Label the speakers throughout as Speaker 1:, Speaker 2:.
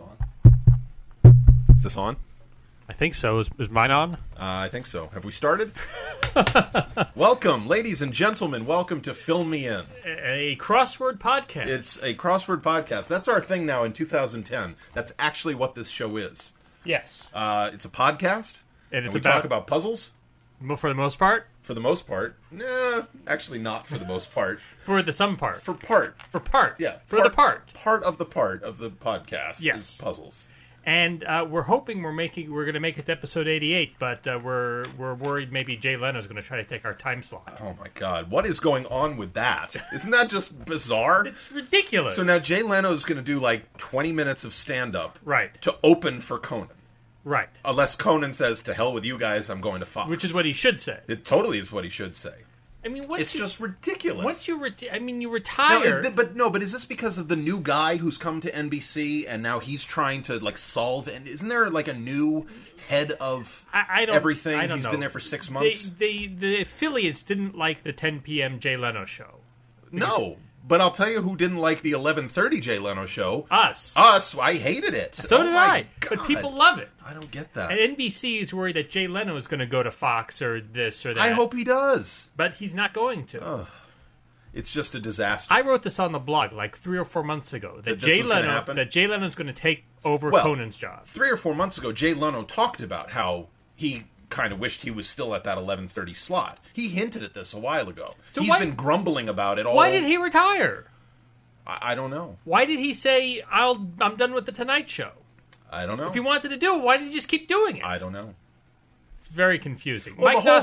Speaker 1: on. Is this on?
Speaker 2: I think so. Is, is mine on?
Speaker 1: Uh, I think so. Have we started? welcome, ladies and gentlemen. Welcome to Fill Me In.
Speaker 2: A crossword podcast.
Speaker 1: It's a crossword podcast. That's our thing now in 2010. That's actually what this show is.
Speaker 2: yes.
Speaker 1: Uh, it's a podcast,
Speaker 2: and it's
Speaker 1: we
Speaker 2: about,
Speaker 1: talk about puzzles
Speaker 2: mo- for the most part,
Speaker 1: for the most part. Nah, actually not for the most part.
Speaker 2: for the some part, for,
Speaker 1: For part,
Speaker 2: part,
Speaker 1: yeah,
Speaker 2: for the part.
Speaker 1: part of the part of the podcast
Speaker 2: Yes.
Speaker 1: is puzzles.
Speaker 2: And uh, we're hoping we're making we're going to make it to episode eighty-eight, but uh, we're we're worried maybe Jay Leno's going to try to take our time slot.
Speaker 1: Oh my god, what is going on with that? Isn't that just bizarre?
Speaker 2: It's ridiculous.
Speaker 1: So now Jay Leno is going to do like 20 minutes of stand up
Speaker 2: right,
Speaker 1: to open for Conan.
Speaker 2: right,
Speaker 1: Unless Conan says, to hell with you guys, I'm going to Fox.
Speaker 2: which is what he should say.
Speaker 1: It totally is what he should say.
Speaker 2: I mean, once
Speaker 1: It's
Speaker 2: you,
Speaker 1: just ridiculous.
Speaker 2: once you reti- I mean, you
Speaker 1: Now,
Speaker 2: retire.
Speaker 1: is th- but no, but is this because of the new guy who's come to NBC and now he's trying to like solve? And isn't there like a new head of
Speaker 2: I, I don't
Speaker 1: everything?
Speaker 2: I
Speaker 1: He's
Speaker 2: don't know.
Speaker 1: been there for six
Speaker 2: They,
Speaker 1: months.
Speaker 2: they, the affiliates didn't like the 10 p.m. Jay Leno show.
Speaker 1: no, but I'll tell you who didn't like the 11:30 Jay Leno show.
Speaker 2: Us.
Speaker 1: Us, I hated it.
Speaker 2: Uh, so
Speaker 1: Oh
Speaker 2: did
Speaker 1: my
Speaker 2: I. But
Speaker 1: God.
Speaker 2: people love it.
Speaker 1: I don't get that.
Speaker 2: And NBC is worried that Jay Leno is going to go to Fox or this or that.
Speaker 1: I hope he does.
Speaker 2: But he's not going to.
Speaker 1: It's just a disaster.
Speaker 2: I wrote this on the blog like three or four months ago that,
Speaker 1: this
Speaker 2: Jay
Speaker 1: was gonna
Speaker 2: Leno
Speaker 1: happen?
Speaker 2: that Jay Leno's going to take over
Speaker 1: Well-
Speaker 2: Conan's job.
Speaker 1: Three or four months ago, Jay Leno talked about how he kind of wished he was still at that 11:30 slot. He hinted at this a while ago.
Speaker 2: So
Speaker 1: He's
Speaker 2: why-
Speaker 1: been grumbling about it all.
Speaker 2: Why did he retire?
Speaker 1: I, I don't know.
Speaker 2: Why did he say I'll I'm done with the Tonight Show?
Speaker 1: I don't know.
Speaker 2: If he wanted to do it, why did he just keep doing it?
Speaker 1: I don't know.
Speaker 2: It's very confusing.
Speaker 1: Well,
Speaker 2: Mike
Speaker 1: the whole-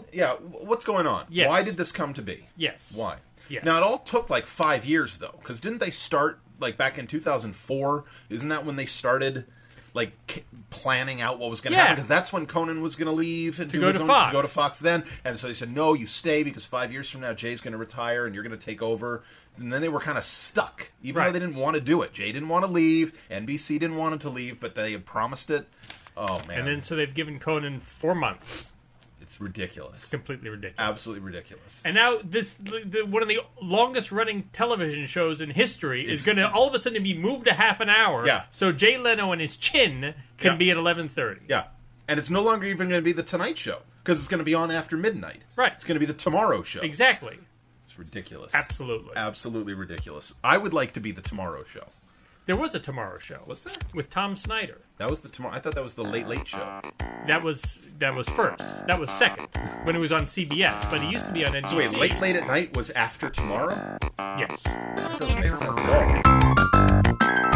Speaker 2: Nothnagel,
Speaker 1: but, yeah. wh- What's going on?
Speaker 2: Yes.
Speaker 1: Why did this come to be?
Speaker 2: yes.
Speaker 1: Why?
Speaker 2: Yes.
Speaker 1: Now it all took like five years though, because didn't they start like back in 2004? Isn't that when they started? Like c- planning out what was going to
Speaker 2: Yeah.
Speaker 1: happen because that's when Conan was going to leave and do
Speaker 2: go
Speaker 1: his
Speaker 2: to
Speaker 1: own-
Speaker 2: Fox.
Speaker 1: go to Fox then, and so they said no, you stay because five years from now Jay's going to retire and you're going to take over. And then they were kind of stuck, even
Speaker 2: Right.
Speaker 1: though they didn't want to do it. Jay didn't want to leave, NBC didn't want him to leave, but they had promised it. Oh man,
Speaker 2: And then so they've given Conan four months.
Speaker 1: it's ridiculous,
Speaker 2: Completely ridiculous.
Speaker 1: absolutely ridiculous.
Speaker 2: And now this the, one of the longest running television shows in history is
Speaker 1: It's-
Speaker 2: going to all of a sudden be moved to half an hour.
Speaker 1: Yeah.
Speaker 2: So Jay Leno and his chin can
Speaker 1: Yeah.
Speaker 2: be at eleven thirty.
Speaker 1: Yeah. And it's no longer even going to be the Tonight Show because it's going to be on after midnight.
Speaker 2: Right.
Speaker 1: It's going to be the Tomorrow Show.
Speaker 2: Exactly.
Speaker 1: It's ridiculous.
Speaker 2: Absolutely.
Speaker 1: Absolutely ridiculous. I would like to be the Tomorrow Show.
Speaker 2: there was a Tomorrow Show.
Speaker 1: What's that?
Speaker 2: with Tom Snyder?
Speaker 1: That was the tomorrow. I thought that was the Late Late Show.
Speaker 2: That was that was first. That was second when it was on CBS, but it used to be on NBC.
Speaker 1: Wait, Late Late at Night was after tomorrow?
Speaker 2: Yes.
Speaker 1: That doesn't make sense at all.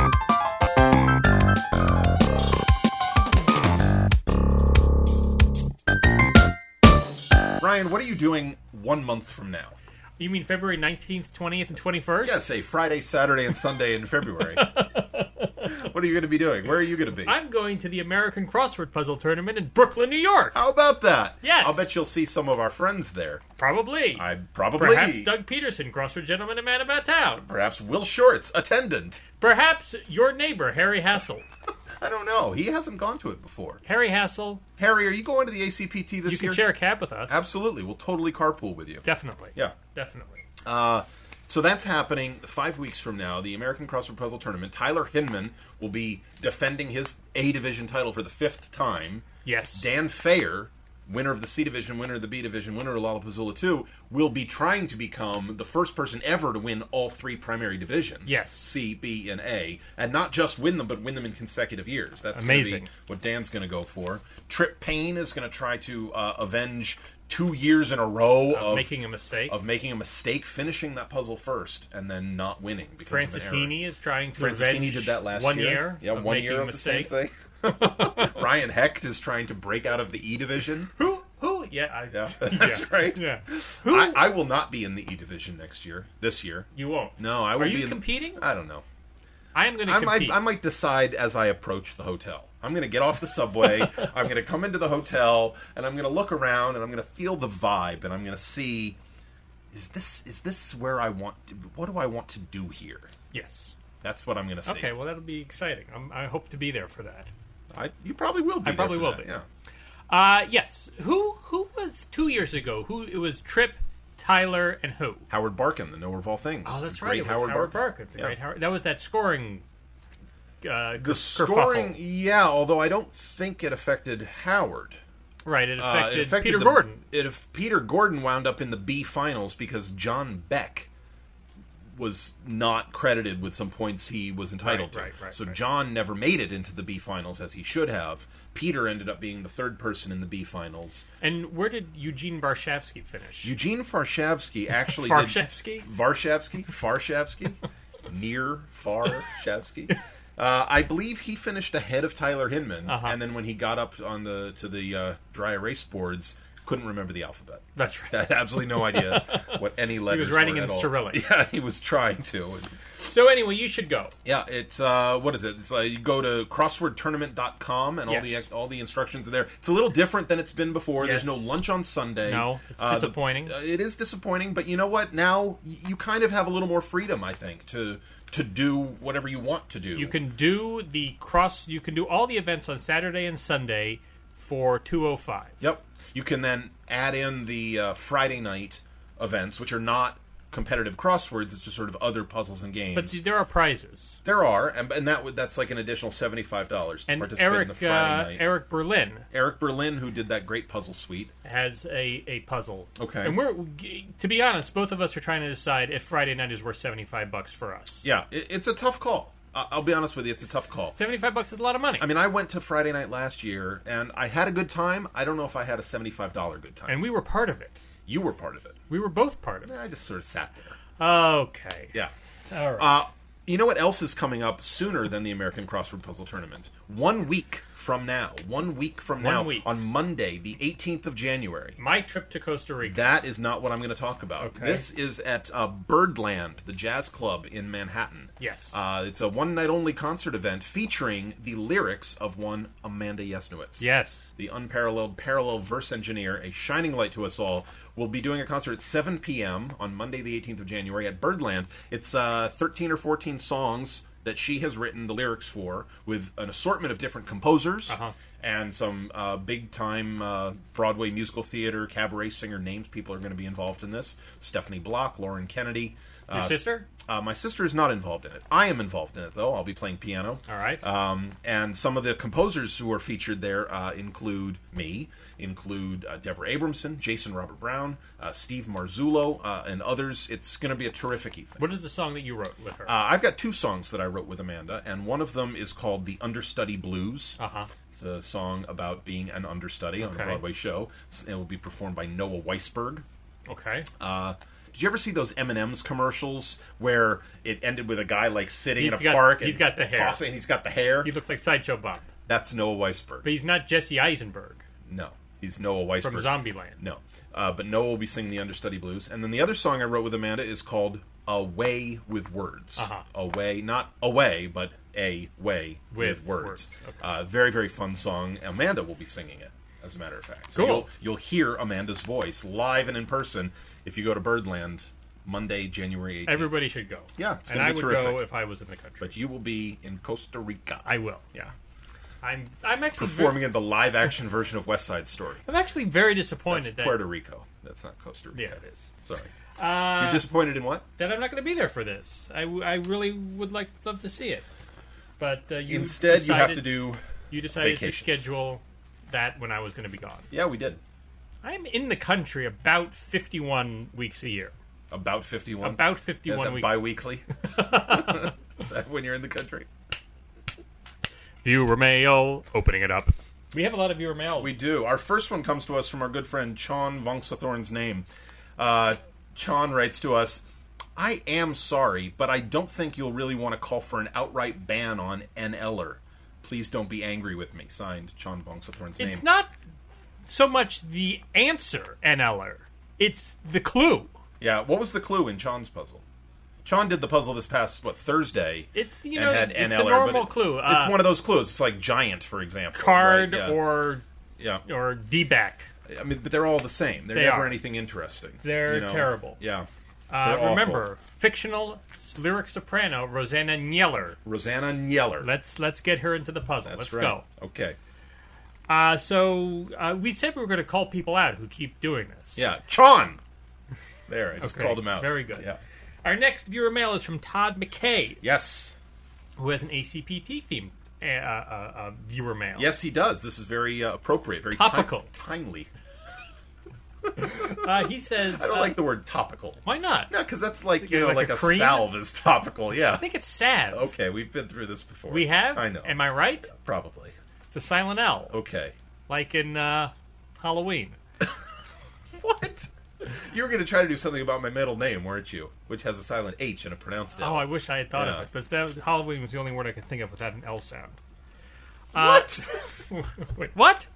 Speaker 1: Ryan, what are you doing one month from now?
Speaker 2: You mean February nineteenth, twentieth, and twenty first?
Speaker 1: Yeah, say Friday, Saturday, and Sunday in February. what are you going to be doing? Where are you going to be?
Speaker 2: I'm going to the American Crossword Puzzle Tournament in Brooklyn, New York.
Speaker 1: How about that?
Speaker 2: Yes.
Speaker 1: I'll bet you'll see some of our friends there.
Speaker 2: Probably.
Speaker 1: I probably.
Speaker 2: Perhaps Doug Peterson, crossword gentleman and man about town.
Speaker 1: Perhaps Will Short's attendant.
Speaker 2: Perhaps your neighbor, Harry Hassel.
Speaker 1: I don't know. He hasn't gone to it before.
Speaker 2: Harry Hassel,
Speaker 1: Harry, are you going to the ACPT this
Speaker 2: you can
Speaker 1: year?
Speaker 2: share a cab with us.
Speaker 1: Absolutely. We'll totally carpool with you.
Speaker 2: Definitely.
Speaker 1: Yeah.
Speaker 2: Definitely.
Speaker 1: So that's happening five weeks from now. The American Crossword Puzzle Tournament. Tyler Hinman will be defending his A Division title for the fifth time.
Speaker 2: Yes.
Speaker 1: Dan Fayer, winner of the C division, winner of the B division, winner of Lollapuzzoola 2, will be trying to become the first person ever to win all three primary divisions.
Speaker 2: Yes.
Speaker 1: C, B, and A. And not just win them, but win them in consecutive years. That's gonna
Speaker 2: Amazing.
Speaker 1: Be what Dan's going to go for. Trip Payne is going to try to uh, avenge two years in a row of,
Speaker 2: Making a mistake.
Speaker 1: of making a mistake, finishing that puzzle first, and then not winning because
Speaker 2: Francis
Speaker 1: of an error.
Speaker 2: Heaney is trying to
Speaker 1: Francisini
Speaker 2: avenge
Speaker 1: did that last
Speaker 2: one
Speaker 1: year.
Speaker 2: year.
Speaker 1: yeah,
Speaker 2: of
Speaker 1: one
Speaker 2: making
Speaker 1: year
Speaker 2: a
Speaker 1: of
Speaker 2: mistake.
Speaker 1: the same thing. Ryan Hecht is trying to break out of the E division.
Speaker 2: Who? Who? Yeah. I,
Speaker 1: Yeah, that's
Speaker 2: yeah.
Speaker 1: right.
Speaker 2: Yeah. Who?
Speaker 1: I, I will not be in the E division next year. This year,
Speaker 2: you won't.
Speaker 1: no, I will
Speaker 2: Are
Speaker 1: be.
Speaker 2: you
Speaker 1: in-
Speaker 2: competing?
Speaker 1: I don't know.
Speaker 2: I am going to
Speaker 1: I
Speaker 2: compete.
Speaker 1: might, I might decide as I approach the hotel. I'm going to get off the subway. I'm going to come into the hotel, and I'm going to look around, and I'm going to feel the vibe, and I'm going to see is this is this where I want? To, what do I want to do here?
Speaker 2: yes.
Speaker 1: That's what I'm going to see.
Speaker 2: Okay. Well, that'll be exciting. I'm, I hope to be there for that.
Speaker 1: I, you probably will be. there
Speaker 2: probably
Speaker 1: for
Speaker 2: will
Speaker 1: that,
Speaker 2: be.
Speaker 1: Yeah.
Speaker 2: Uh yes. Who? Who was two years ago? Who? It was Trip, Tyler, and who?
Speaker 1: Howard Barkin, the knower of all things.
Speaker 2: Oh, that's
Speaker 1: Great
Speaker 2: right. It was Howard, Barker. The
Speaker 1: Yeah.
Speaker 2: great Howard. That was that scoring uh,
Speaker 1: The scoring, yeah. Although I don't think it affected Howard.
Speaker 2: right? It
Speaker 1: Uh,
Speaker 2: affected,
Speaker 1: it affected
Speaker 2: Peter
Speaker 1: the-
Speaker 2: Gordon.
Speaker 1: It, if Peter Gordon wound up in the B finals because John Beck was not credited with some points he was entitled
Speaker 2: Right,
Speaker 1: to.
Speaker 2: right, right,
Speaker 1: so
Speaker 2: right.
Speaker 1: John never made it into the B finals as he should have. Peter ended up being the third person in the B finals.
Speaker 2: And where did Eugene Barshavsky finish?
Speaker 1: Eugene Farshavsky actually
Speaker 2: Farshavsky?
Speaker 1: did Varshavsky, Farshavsky, near Farshavsky. Uh, I believe he finished ahead of Tyler Hinman,
Speaker 2: Uh-huh.
Speaker 1: and then when he got up on the to the uh, dry erase boards, couldn't remember the alphabet.
Speaker 2: That's right.
Speaker 1: Had absolutely no idea what any letters.
Speaker 2: was writing
Speaker 1: were
Speaker 2: in
Speaker 1: at all.
Speaker 2: Cyrillic.
Speaker 1: Yeah, he was trying to.
Speaker 2: So anyway, you should go.
Speaker 1: Yeah, it's uh, what is it? It's like you go to crosswordtournament.com and all
Speaker 2: Yes.
Speaker 1: the all the instructions are there. It's a little different than it's been before.
Speaker 2: Yes.
Speaker 1: There's no lunch on Sunday.
Speaker 2: No, it's
Speaker 1: the-
Speaker 2: disappointing.
Speaker 1: uh, it is disappointing, but you know what? Now y- you kind of have a little more freedom, I think, to to do whatever you want to do.
Speaker 2: You can do the cross. You can do all the events on Saturday and Sunday for two oh five.
Speaker 1: Yep. You can then add in the uh, Friday night events, which are not competitive crosswords. It's just sort of other puzzles and games.
Speaker 2: But there are prizes.
Speaker 1: there are, and, and that would that's like an additional seventy five dollars to
Speaker 2: And
Speaker 1: participate in the
Speaker 2: Eric
Speaker 1: Friday
Speaker 2: uh,
Speaker 1: night.
Speaker 2: Eric Berlin
Speaker 1: Eric Berlin, who did that great puzzle suite.
Speaker 2: has a, a puzzle.
Speaker 1: Okay.
Speaker 2: And we're to be honest, both of us are trying to decide if Friday night is worth seventy five bucks for us.
Speaker 1: Yeah, it, it's a tough call. I- I'll be honest with you, it's a tough call.
Speaker 2: Seventy five bucks is a lot of money.
Speaker 1: I mean, I went to Friday night last year, and I had a good time. I don't know if I had a seventy-five dollar good time.
Speaker 2: and we were part of it.
Speaker 1: you were part of it.
Speaker 2: We were both part of it.
Speaker 1: I just sort of sat there.
Speaker 2: Okay.
Speaker 1: Yeah.
Speaker 2: All right.
Speaker 1: Uh, you know what else is coming up sooner than the American Crossword Puzzle Tournament? One week from now. One week from now.
Speaker 2: week.
Speaker 1: On Monday, the 18th of January.
Speaker 2: My trip to Costa Rica.
Speaker 1: That is not what I'm going to talk about.
Speaker 2: Okay.
Speaker 1: This is at uh, Birdland, the jazz club in Manhattan.
Speaker 2: Yes.
Speaker 1: Uh, it's a one night only concert event featuring the lyrics of one Amanda Yesnowitz.
Speaker 2: yes.
Speaker 1: The unparalleled parallel verse engineer, a shining light to us all, will be doing a concert at 7 p.m. on Monday, the 18th of January at Birdland. It's uh, 13 or 14 songs that she has written the lyrics for with an assortment of different composers
Speaker 2: Uh-huh.
Speaker 1: and some uh, big time uh, Broadway musical theater, cabaret singer names. People are going to be involved in this Stephanie Block, Lauren Kennedy.
Speaker 2: Your
Speaker 1: uh,
Speaker 2: sister?
Speaker 1: uh, my sister is not involved in it. I am involved in it, though. I'll be playing piano.
Speaker 2: All right.
Speaker 1: Um, and some of the composers who are featured there uh, include me, include uh, Deborah Abramson, Jason Robert Brown, uh, Steve Marzullo, uh, and others. It's going to be a terrific evening.
Speaker 2: what is the song that you wrote with her?
Speaker 1: Uh, I've got two songs that I wrote with Amanda, and one of them is called "The Understudy Blues."
Speaker 2: Uh-huh.
Speaker 1: It's a song about being an understudy on
Speaker 2: Okay.
Speaker 1: a Broadway show. S- It will be performed by Noah Weisberg.
Speaker 2: okay.
Speaker 1: Uh, did you ever see those M and M's commercials where it ended with a guy like sitting
Speaker 2: He's
Speaker 1: in a
Speaker 2: got-
Speaker 1: park?
Speaker 2: he's
Speaker 1: and
Speaker 2: got the hair.
Speaker 1: tossing, and he's got the hair.
Speaker 2: he looks like Sideshow Bob,
Speaker 1: That's Noah Weisberg.
Speaker 2: but he's not Jesse Eisenberg
Speaker 1: No, he's Noah Weisberg.
Speaker 2: from Zombieland.
Speaker 1: No, uh, but Noah will be singing the understudy blues, and then the other song I wrote with Amanda is called "Away with Words."
Speaker 2: Uh-huh.
Speaker 1: Away, not away, but a way
Speaker 2: With
Speaker 1: with, words.
Speaker 2: words, okay.
Speaker 1: Uh, very, very fun song. Amanda will be singing it, as a matter of fact. So
Speaker 2: Cool.
Speaker 1: You'll, you'll hear Amanda's voice live and in person if you go to Birdland Monday, January 18th.
Speaker 2: Everybody should go.
Speaker 1: Yeah, it's
Speaker 2: and
Speaker 1: gonna
Speaker 2: I
Speaker 1: be
Speaker 2: would go
Speaker 1: terrific.
Speaker 2: if I was in the country.
Speaker 1: but you will be in Costa Rica.
Speaker 2: I will.
Speaker 1: yeah,
Speaker 2: I'm. I'm actually. Very,
Speaker 1: performing in the live-action version of West Side Story.
Speaker 2: I'm actually very
Speaker 1: That's
Speaker 2: disappointed that
Speaker 1: Puerto Rico. That's not Costa Rica.
Speaker 2: Yeah, it is.
Speaker 1: Sorry.
Speaker 2: Uh,
Speaker 1: You're disappointed in what?
Speaker 2: that I'm not going to be there for this. I, w- I really would like love to see it, but uh, you
Speaker 1: Instead, you have
Speaker 2: decided-
Speaker 1: to do.
Speaker 2: you decided
Speaker 1: vacations.
Speaker 2: to schedule that when I was going to be gone.
Speaker 1: Yeah, we did.
Speaker 2: I'm in the country about 51 weeks a year.
Speaker 1: About 51.
Speaker 2: About
Speaker 1: Is
Speaker 2: 51
Speaker 1: that
Speaker 2: weeks.
Speaker 1: bi weekly? Is that when you're in the country?
Speaker 2: viewer mail, opening it up. We have a lot of viewer mail.
Speaker 1: We do. Our first one comes to us from our good friend Chon Vongsathorn's name. Uh, Chon writes to us I am sorry, but I don't think you'll really want to call for an outright ban on N. Eller. Please don't be angry with me. Signed, Chon Vongsathorn's name.
Speaker 2: it's not so much the answer, NLer. It's the clue.
Speaker 1: yeah, what was the clue in Chon's puzzle? Chon did the puzzle this past, what, Thursday?
Speaker 2: It's you
Speaker 1: and
Speaker 2: know
Speaker 1: had
Speaker 2: it's
Speaker 1: NLer,
Speaker 2: the
Speaker 1: but
Speaker 2: normal
Speaker 1: it-
Speaker 2: clue.
Speaker 1: It's
Speaker 2: Uh,
Speaker 1: one of those clues. It's like giant, for example.
Speaker 2: card
Speaker 1: right? Yeah.
Speaker 2: or
Speaker 1: yeah.
Speaker 2: or D back.
Speaker 1: I mean, but they're all the same. They're
Speaker 2: They
Speaker 1: never
Speaker 2: are.
Speaker 1: anything interesting.
Speaker 2: They're terrible.
Speaker 1: Yeah.
Speaker 2: Uh,
Speaker 1: They're awful.
Speaker 2: remember, fictional lyric soprano Rosanna Nieller.
Speaker 1: Rosanna Yeller.
Speaker 2: Let's let's get her into the puzzle.
Speaker 1: That's
Speaker 2: let's
Speaker 1: right.
Speaker 2: go.
Speaker 1: Okay.
Speaker 2: Uh, so uh, we said we were going to call people out who keep doing this.
Speaker 1: Yeah, Chon. There, I just
Speaker 2: Okay.
Speaker 1: called him out.
Speaker 2: Very good.
Speaker 1: Yeah.
Speaker 2: Our next viewer mail is from Todd McKay.
Speaker 1: Yes.
Speaker 2: who has an ACPT themed uh, uh, uh, viewer mail.
Speaker 1: Yes, he does. This is very uh, appropriate, very
Speaker 2: Topical.
Speaker 1: Tim- timely.
Speaker 2: Uh, he says,
Speaker 1: I don't
Speaker 2: uh,
Speaker 1: like the word topical.
Speaker 2: why not?
Speaker 1: No, because that's like you know,
Speaker 2: like
Speaker 1: like,
Speaker 2: a
Speaker 1: a,
Speaker 2: cream?
Speaker 1: salve is topical. Yeah.
Speaker 2: I think it's sad.
Speaker 1: Okay, we've been through this before.
Speaker 2: We have?
Speaker 1: Oh. I know. Oh.
Speaker 2: Am I right?
Speaker 1: Probably.
Speaker 2: It's a silent L,
Speaker 1: Okay.
Speaker 2: like in uh, Halloween.
Speaker 1: What? You were going to try to do something about my middle name, weren't you? Which has a silent H and a pronounced L.
Speaker 2: Oh, I wish I had thought
Speaker 1: Yeah.
Speaker 2: of it, but that, Halloween was the only word I could think of without an L sound.
Speaker 1: what?
Speaker 2: uh, Wait, what?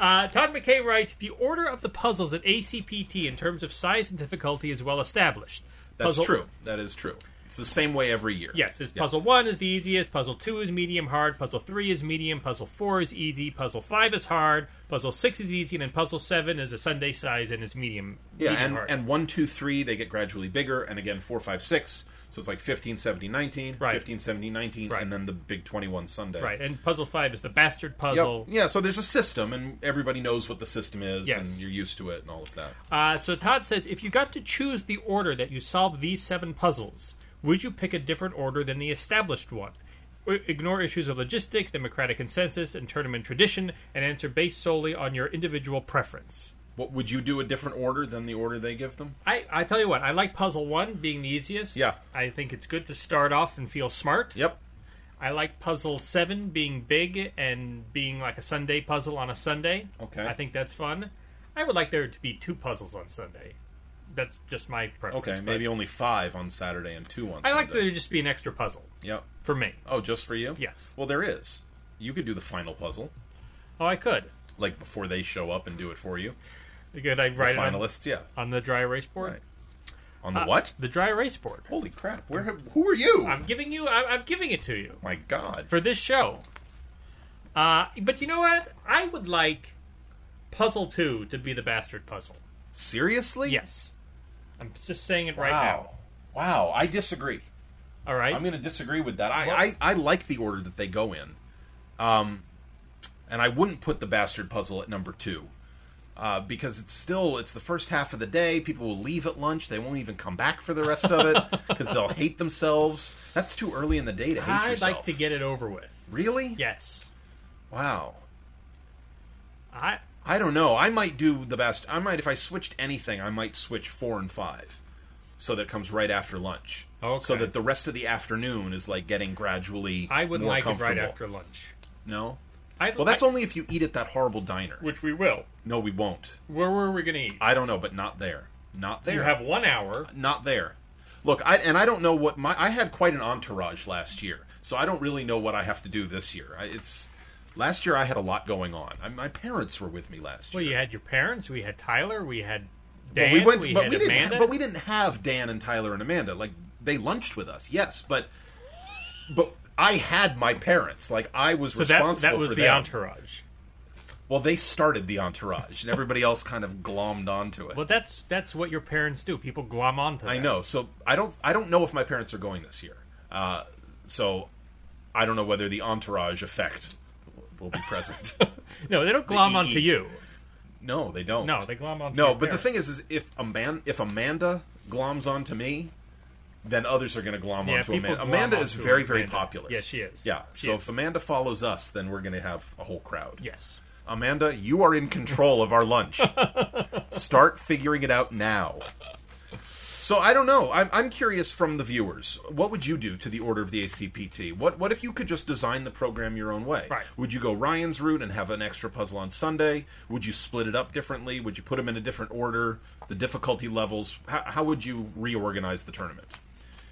Speaker 2: Uh, Todd McKay writes The order of the puzzles at ACPT in terms of size and difficulty is well established.
Speaker 1: That's
Speaker 2: Puzzle-
Speaker 1: true. That is true. It's the same way every year.
Speaker 2: Yes, it's
Speaker 1: Yeah.
Speaker 2: puzzle one is the easiest, puzzle two is medium hard, puzzle three is medium, puzzle four is easy, puzzle five is hard, puzzle six is easy, and then puzzle seven is a Sunday size and it's medium.
Speaker 1: Yeah,
Speaker 2: medium
Speaker 1: and,
Speaker 2: hard.
Speaker 1: and one, two, three, they get gradually bigger, and again, four, five, six. So it's like 15, 17, 19,
Speaker 2: Right.
Speaker 1: 15, 17, 19,
Speaker 2: Right.
Speaker 1: and then the big 21 Sunday.
Speaker 2: right, and puzzle five is the bastard
Speaker 1: Yep.
Speaker 2: puzzle.
Speaker 1: Yeah, so there's a system, and everybody knows what the system is,
Speaker 2: Yes.
Speaker 1: and you're used to it, and all of that.
Speaker 2: Uh, so Todd says, if you got to choose the order that you solve these seven puzzles, would you pick a different order than the established one? I- Ignore issues of logistics, democratic consensus, and tournament tradition, and answer based solely on your individual preference.
Speaker 1: What would you do a different order than the order they give them?
Speaker 2: I, I tell you what, I like puzzle one being the easiest.
Speaker 1: Yeah.
Speaker 2: I think it's good to start off and feel smart.
Speaker 1: Yep.
Speaker 2: I like puzzle seven being big and being like a Sunday puzzle on a Sunday.
Speaker 1: Okay.
Speaker 2: I think that's fun. I would like there to be two puzzles on Sunday. That's just my preference.
Speaker 1: Okay,
Speaker 2: but-
Speaker 1: maybe only five on Saturday and two on
Speaker 2: I like that
Speaker 1: Sunday.
Speaker 2: there'd just be an extra puzzle
Speaker 1: Yep.
Speaker 2: for me.
Speaker 1: Oh, just for you?
Speaker 2: Yes.
Speaker 1: Well, there is. You could do the final puzzle,
Speaker 2: Oh, I could.
Speaker 1: like before they show up and do it for you.
Speaker 2: Could I write it on,
Speaker 1: Finalists, yeah.
Speaker 2: on the dry erase board?
Speaker 1: Right. On the what?
Speaker 2: The dry erase board.
Speaker 1: Holy crap! Where have, who are you?
Speaker 2: I'm giving you. I, I'm giving it to you
Speaker 1: My God.
Speaker 2: for this show. Uh, but you know what? I would like Puzzle Two to be the bastard puzzle.
Speaker 1: Seriously?
Speaker 2: Yes. I'm just saying it right
Speaker 1: Wow. Wow. I disagree.
Speaker 2: now. All right.
Speaker 1: I'm going to disagree with that. I, I I like the order that they go in. Um, and I wouldn't put the bastard puzzle at number two. Uh, because it's still it's the first half of the day. People will leave at lunch. They won't even come back for the rest of it because they'll hate themselves. That's too early in the day to hate
Speaker 2: I'd
Speaker 1: yourself.
Speaker 2: like to get it over with.
Speaker 1: really.
Speaker 2: Yes.
Speaker 1: Wow.
Speaker 2: I.
Speaker 1: I don't know. I might do the best. I might if I switched anything. I might switch four and five, so that comes right after lunch.
Speaker 2: Okay.
Speaker 1: So that the rest of the afternoon is like getting gradually.
Speaker 2: I would
Speaker 1: more
Speaker 2: like it right
Speaker 1: comfortable.
Speaker 2: after lunch.
Speaker 1: No.
Speaker 2: I'd
Speaker 1: Well, that's
Speaker 2: like-
Speaker 1: only if you eat at that horrible diner.
Speaker 2: which we will.
Speaker 1: No, we won't.
Speaker 2: Where were we going to eat?
Speaker 1: I don't know, but not there. Not there.
Speaker 2: You have one hour.
Speaker 1: not there. Look, I and I don't know what my I had quite an entourage last year, so I don't really know what I have to do this year. I, it's last year I had a lot going on. I, my parents were with me last year.
Speaker 2: Well, you had your parents. We had Tyler. We had
Speaker 1: But
Speaker 2: Dan.
Speaker 1: we went, but
Speaker 2: had
Speaker 1: we didn't,
Speaker 2: Amanda.
Speaker 1: but we didn't have Dan and Tyler and Amanda. Like they lunched with us, yes, but but I had my parents. Like I was
Speaker 2: so that
Speaker 1: responsible
Speaker 2: that was
Speaker 1: for
Speaker 2: the
Speaker 1: them.
Speaker 2: entourage.
Speaker 1: Well, they started the entourage, and everybody else kind of glommed onto it.
Speaker 2: Well, that's that's what your parents do. People glom onto.
Speaker 1: I
Speaker 2: that.
Speaker 1: know. So I don't. I don't know if my parents are going this year. Uh, so I don't know whether the entourage effect will be present.
Speaker 2: No, they don't glom
Speaker 1: The
Speaker 2: onto
Speaker 1: EE.
Speaker 2: you.
Speaker 1: no, they don't.
Speaker 2: No, they glom onto.
Speaker 1: No,
Speaker 2: your
Speaker 1: but the
Speaker 2: parents.
Speaker 1: thing is, is if a man, if Amanda gloms onto me, then others are going to glom
Speaker 2: yeah,
Speaker 1: onto
Speaker 2: people
Speaker 1: Amanda.
Speaker 2: glom
Speaker 1: Amanda is
Speaker 2: onto
Speaker 1: very, very
Speaker 2: Amanda.
Speaker 1: popular.
Speaker 2: Yeah, she is.
Speaker 1: Yeah.
Speaker 2: She
Speaker 1: so
Speaker 2: is.
Speaker 1: if Amanda follows us, then we're going to have a whole crowd.
Speaker 2: yes,
Speaker 1: Amanda, you are in control of our lunch. Start figuring it out now. So I don't know. I'm, I'm curious from the viewers. What would you do to the order of the ACPT? What what if you could just design the program your own way?
Speaker 2: Right.
Speaker 1: Would you go Ryan's route and have an extra puzzle on Sunday? Would you split it up differently? Would you put them in a different order? The difficulty levels. How, how would you reorganize the tournament?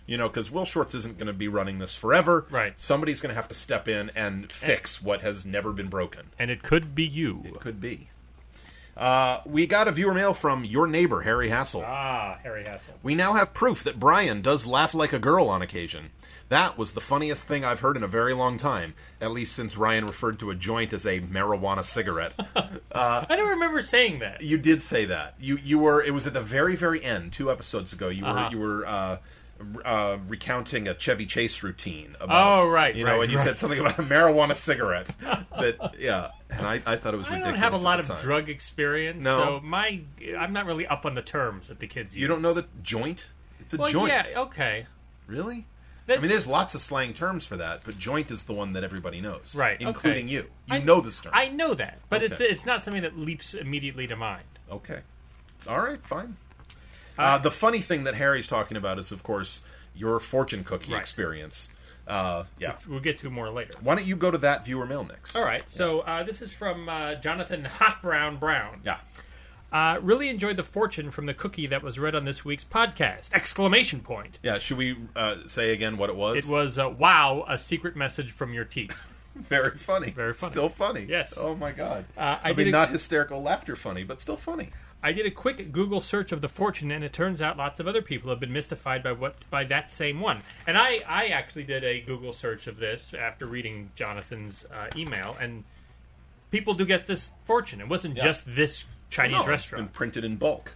Speaker 1: You know, because Will Schwartz isn't going to be running this forever.
Speaker 2: Right.
Speaker 1: Somebody's going to have to step in and fix what has never been broken
Speaker 2: and it could be you.
Speaker 1: could be. Uh, we got a viewer mail from your neighbor, Harry Hassel.
Speaker 2: Ah, Harry Hassel.
Speaker 1: We now have proof that Brian does laugh like a girl on occasion. That was the funniest thing I've heard in a very long time, at least since Ryan referred to a joint as a marijuana cigarette.
Speaker 2: I don't remember saying that.
Speaker 1: you did say that. You you were it was at the very very end, two episodes ago. You were
Speaker 2: Uh-huh.
Speaker 1: you were uh, r- uh, recounting a Chevy Chase routine. About,
Speaker 2: Oh, right,
Speaker 1: you know,
Speaker 2: right,
Speaker 1: and you
Speaker 2: right.
Speaker 1: said something about a marijuana cigarette. but yeah, and I, I thought it was
Speaker 2: I
Speaker 1: ridiculous.
Speaker 2: don't have a
Speaker 1: at
Speaker 2: lot
Speaker 1: the
Speaker 2: of
Speaker 1: time.
Speaker 2: drug experience,
Speaker 1: No.
Speaker 2: so my I'm not really up on the terms that the kids use.
Speaker 1: You don't know the joint? It's a
Speaker 2: well,
Speaker 1: joint.
Speaker 2: yeah, okay.
Speaker 1: Really?
Speaker 2: That-
Speaker 1: I mean, there's lots of slang terms for that, but joint is the one that everybody knows,
Speaker 2: Right, okay.
Speaker 1: Including you. You
Speaker 2: I-
Speaker 1: know this term.
Speaker 2: I know that, but it's
Speaker 1: Okay.
Speaker 2: it's not something that leaps immediately to mind.
Speaker 1: Okay. All right, fine. Uh, the funny thing that Harry's talking about is, of course, your fortune cookie
Speaker 2: Right.
Speaker 1: experience. Uh, yeah.
Speaker 2: We'll get to more later.
Speaker 1: Why don't you go to that viewer mail next?
Speaker 2: All right, so uh, this is from uh, Jonathan Hot Brown Brown.
Speaker 1: Yeah.
Speaker 2: Uh, really enjoyed the fortune from the cookie that was read on this week's podcast! Exclamation point!
Speaker 1: Yeah. Should we uh, say again what it was?
Speaker 2: It was uh, wow, a secret message from your teeth.
Speaker 1: very funny.
Speaker 2: Very funny.
Speaker 1: Still funny.
Speaker 2: Yes. Uh,
Speaker 1: Oh my god.
Speaker 2: I
Speaker 1: I,
Speaker 2: did
Speaker 1: mean,
Speaker 2: a-
Speaker 1: not hysterical laughter funny, but still funny. Oh,
Speaker 2: I did a quick Google search of the fortune, and it turns out lots of other people have been mystified by what by that same one. And I I actually did a Google search of this after reading Jonathan's uh, email, and people do get this fortune. It wasn't just this Chinese
Speaker 1: No, it's
Speaker 2: restaurant.
Speaker 1: been printed in bulk.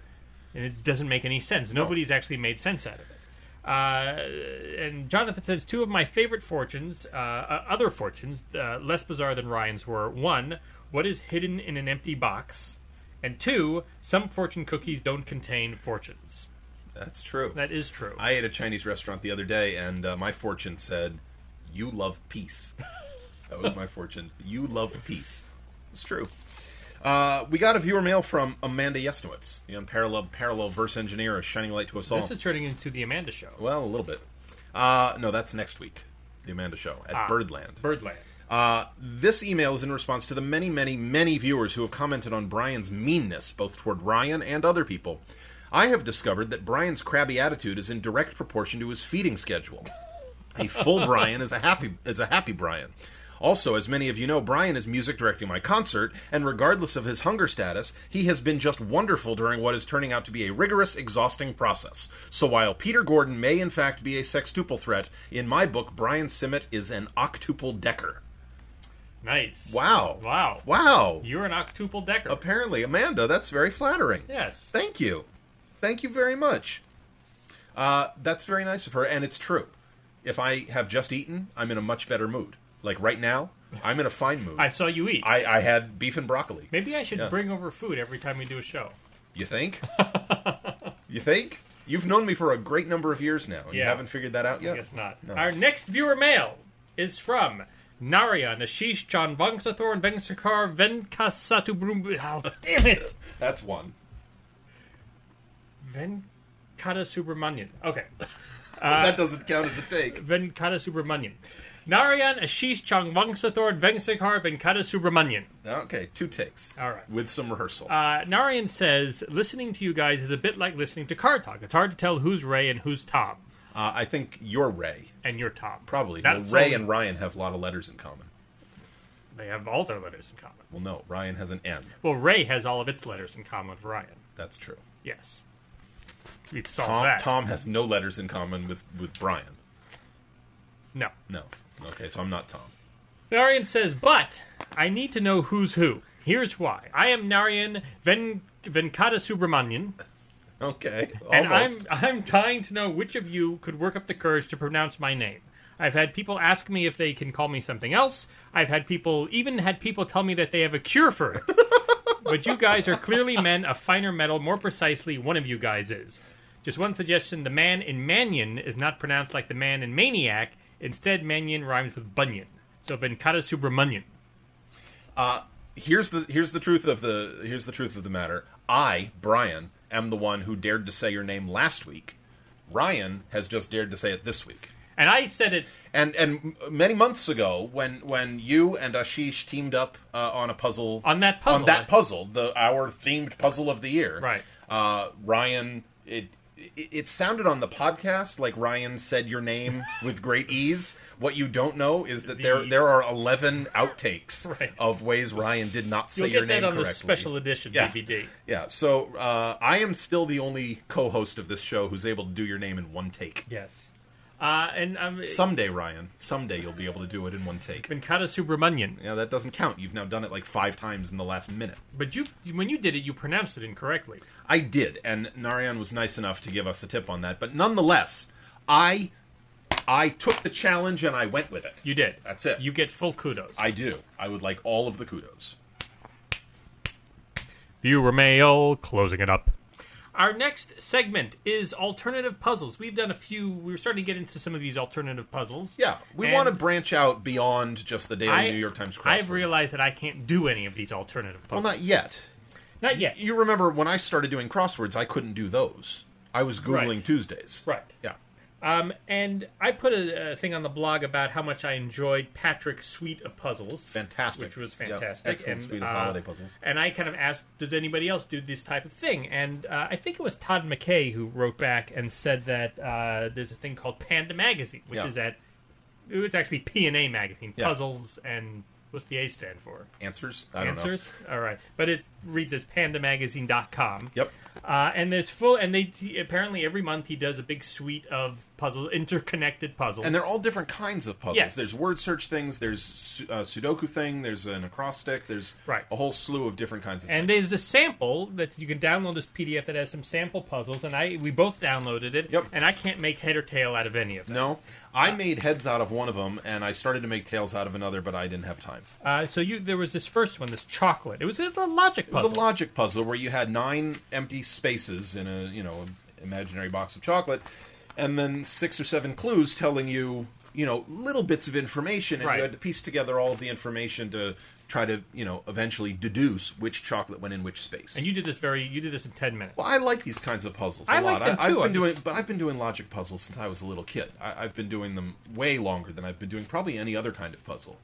Speaker 2: and it doesn't make any sense. Nobody's actually made sense out of it. Uh, and Jonathan says two of my favorite fortunes, uh, uh, other fortunes, uh, less bizarre than Ryan's were one, what is hidden in an empty box, and two, some fortune cookies don't contain fortunes.
Speaker 1: That's true.
Speaker 2: That is true.
Speaker 1: I ate at a Chinese restaurant the other day, and uh, my fortune said, "You love peace." that was my fortune. You love peace. It's true. Uh, we got a viewer mail from Amanda Yesnowitz, the unparalleled parallel verse engineer, a shining light to us all.
Speaker 2: this is turning into the Amanda Show,
Speaker 1: well, a little bit. Uh, no, that's next week, the Amanda Show at
Speaker 2: Ah.
Speaker 1: Birdland.
Speaker 2: Birdland.
Speaker 1: Uh, this email is in response to the many, many, many viewers who have commented on Brian's meanness, both toward Ryan and other people. I have discovered that Brian's crabby attitude is in direct proportion to his feeding schedule. A full Brian is a happy is a happy Brian. Also, as many of you know, Brian is music directing my concert, and regardless of his hunger status, he has been just wonderful during what is turning out to be a rigorous, exhausting process. So while Peter Gordon may in fact be a sextuple threat, in my book, Brian Simmet is an octuple decker.
Speaker 2: Nice.
Speaker 1: Wow.
Speaker 2: Wow.
Speaker 1: Wow.
Speaker 2: You're an octuple decker.
Speaker 1: Apparently, Amanda, that's very flattering.
Speaker 2: yes.
Speaker 1: Thank you. Thank you very much. Uh, that's very nice of her, and it's true. If I have just eaten, I'm in a much better mood. Like right now, I'm in a fine mood.
Speaker 2: I saw you eat.
Speaker 1: I, I had beef and broccoli.
Speaker 2: Maybe I should
Speaker 1: Yeah.
Speaker 2: bring over food every time we do a show.
Speaker 1: You think? you think? You've known me for a great number of years now, and you
Speaker 2: Yeah.
Speaker 1: haven't figured that out yet?
Speaker 2: Guess not.
Speaker 1: No.
Speaker 2: Our next viewer mail is from Narya Nashish John Vangsathorn Vengsakar Venkasatu Brum. How damn it!
Speaker 1: That's one.
Speaker 2: Venkata Subramanian. Okay. Uh,
Speaker 1: that doesn't count as a take.
Speaker 2: Venkata Subramanian. Narayan Ashish Chang Vangsathorn Vengsakar Venkata Subramanian.
Speaker 1: Okay, two takes.
Speaker 2: All right.
Speaker 1: With some rehearsal.
Speaker 2: Uh, Narayan says, listening to you guys is a bit like listening to car talk. It's hard to tell who's Ray and who's Tom.
Speaker 1: Uh, I think you're Ray.
Speaker 2: And you're Tom.
Speaker 1: Probably. Well,
Speaker 2: That's
Speaker 1: Ray
Speaker 2: all-
Speaker 1: and Ryan have a lot of letters in common.
Speaker 2: They have all their letters in common.
Speaker 1: Well, no, Ryan has an N.
Speaker 2: Well, Ray has all of its letters in common with Ryan.
Speaker 1: That's true.
Speaker 2: Yes. We've solved
Speaker 1: Tom,
Speaker 2: that.
Speaker 1: Tom has no letters in common with, with Brian.
Speaker 2: No.
Speaker 1: No. Okay, so I'm not Tom.
Speaker 2: Narian says, but I need to know who's who. Here's why. I am Narian Ven- Venkata Subramanian,
Speaker 1: Okay,
Speaker 2: and
Speaker 1: almost.
Speaker 2: I'm I'm dying to know which of you could work up the courage to pronounce my name. I've had people ask me if they can call me something else. I've had people even had people tell me that they have a cure for it. but you guys are clearly men of finer metal. More precisely, one of you guys is. Just one suggestion: the man in Mannion is not pronounced like the man in Maniac. Instead, Mannion rhymes with Bunyan. So Venkata Subramanian.
Speaker 1: Here's the here's the truth of the here's the truth of the matter. I, Brian, am the one who dared to say your name last week. Ryan has just dared to say it this week.
Speaker 2: And I said it.
Speaker 1: And and m- many months ago, when when you and Ashish teamed up uh, on a puzzle
Speaker 2: On that puzzle.
Speaker 1: on that puzzle, the our themed puzzle of the year,
Speaker 2: Right.
Speaker 1: Uh, Ryan, it, it it sounded on the podcast like Ryan said your name with great ease. What you don't know is that there
Speaker 2: The-
Speaker 1: there are eleven outtakes
Speaker 2: Right.
Speaker 1: of ways Ryan did not say
Speaker 2: You'll
Speaker 1: your
Speaker 2: get
Speaker 1: name
Speaker 2: that on
Speaker 1: correctly.
Speaker 2: the special edition
Speaker 1: Yeah.
Speaker 2: DVD.
Speaker 1: Yeah, so uh, I am still the only co-host of this show who's able to do your name in one take.
Speaker 2: Yes. Uh, and um,
Speaker 1: Someday, Ryan, someday you'll be able to do it in one take.
Speaker 2: Venkata Subramanian.
Speaker 1: Yeah, that doesn't count. You've now done it like five times in the last minute.
Speaker 2: But you, when you did it, you pronounced it incorrectly.
Speaker 1: I did, and Narayan was nice enough to give us a tip on that. But nonetheless, I I took the challenge and I went with it.
Speaker 2: You did.
Speaker 1: That's it.
Speaker 2: You get full kudos.
Speaker 1: I do. I would like all of the kudos.
Speaker 2: Viewer mail, closing it up. Our next segment is alternative puzzles. We've done a few. We were starting to get into some of these alternative puzzles.
Speaker 1: Yeah, we
Speaker 2: And
Speaker 1: want to branch out beyond just the daily New York Times crossword.
Speaker 2: I've realized that I can't do any of these alternative
Speaker 1: well,
Speaker 2: puzzles.
Speaker 1: not yet.
Speaker 2: Not yet.
Speaker 1: You remember when I started doing crosswords, I couldn't do those. I was googling
Speaker 2: Right.
Speaker 1: Tuesdays.
Speaker 2: Right.
Speaker 1: Yeah.
Speaker 2: Um, and I put a, a thing on the blog about how much I enjoyed Patrick's suite of puzzles.
Speaker 1: Fantastic.
Speaker 2: Which was
Speaker 1: Yep.
Speaker 2: fantastic.
Speaker 1: Excellent
Speaker 2: and,
Speaker 1: suite of
Speaker 2: uh,
Speaker 1: holiday puzzles.
Speaker 2: And I kind of asked, does anybody else do this type of thing? And uh, I think it was Todd McKay who wrote back and said that uh, there's a thing called Panda Magazine, which
Speaker 1: Yeah.
Speaker 2: is at, it's actually P&A Magazine,
Speaker 1: Yeah.
Speaker 2: puzzles and what's the A stand for?
Speaker 1: Answers? I don't know.
Speaker 2: Answers? All right. But it reads as pandamagazine.com.
Speaker 1: Yep.
Speaker 2: Uh, and it's full, and they he, apparently every month he does a big suite of puzzles, interconnected puzzles,
Speaker 1: And they're all different kinds of puzzles.
Speaker 2: Yes.
Speaker 1: There's word search things, there's su- uh, Sudoku thing, there's an acrostic, there's
Speaker 2: Right.
Speaker 1: a whole slew of different kinds of
Speaker 2: And
Speaker 1: things.
Speaker 2: there's a sample that you can download this PDF that has some sample puzzles, and I we both downloaded it,
Speaker 1: Yep.
Speaker 2: and I can't make head or tail out of any of them.
Speaker 1: no, I made heads out of one of them, and I started to make tails out of another, but I didn't have time.
Speaker 2: Uh, so you there was this first one, this chocolate. It was, it was a logic
Speaker 1: It
Speaker 2: puzzle.
Speaker 1: was a logic puzzle where you had nine empty spaces in a you know imaginary box of chocolate, and then six or seven clues telling you you know little bits of information, and
Speaker 2: Right.
Speaker 1: you had to piece together all of the information to try to you know eventually deduce which chocolate went in which space.
Speaker 2: and you did this very you did this in ten minutes.
Speaker 1: well, I like these kinds of puzzles a
Speaker 2: I like
Speaker 1: lot.
Speaker 2: them
Speaker 1: I, I've been
Speaker 2: too, I'm
Speaker 1: doing,
Speaker 2: just-
Speaker 1: but I've been doing logic puzzles since I was a little kid. I, I've been doing them way longer than I've been doing probably any other kind of puzzle.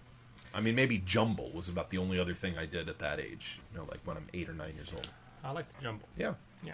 Speaker 1: I mean, maybe jumble was about the only other thing I did at that age. You know, like when I'm eight or nine years old.
Speaker 2: I like the jumble.
Speaker 1: Yeah.
Speaker 2: Yeah.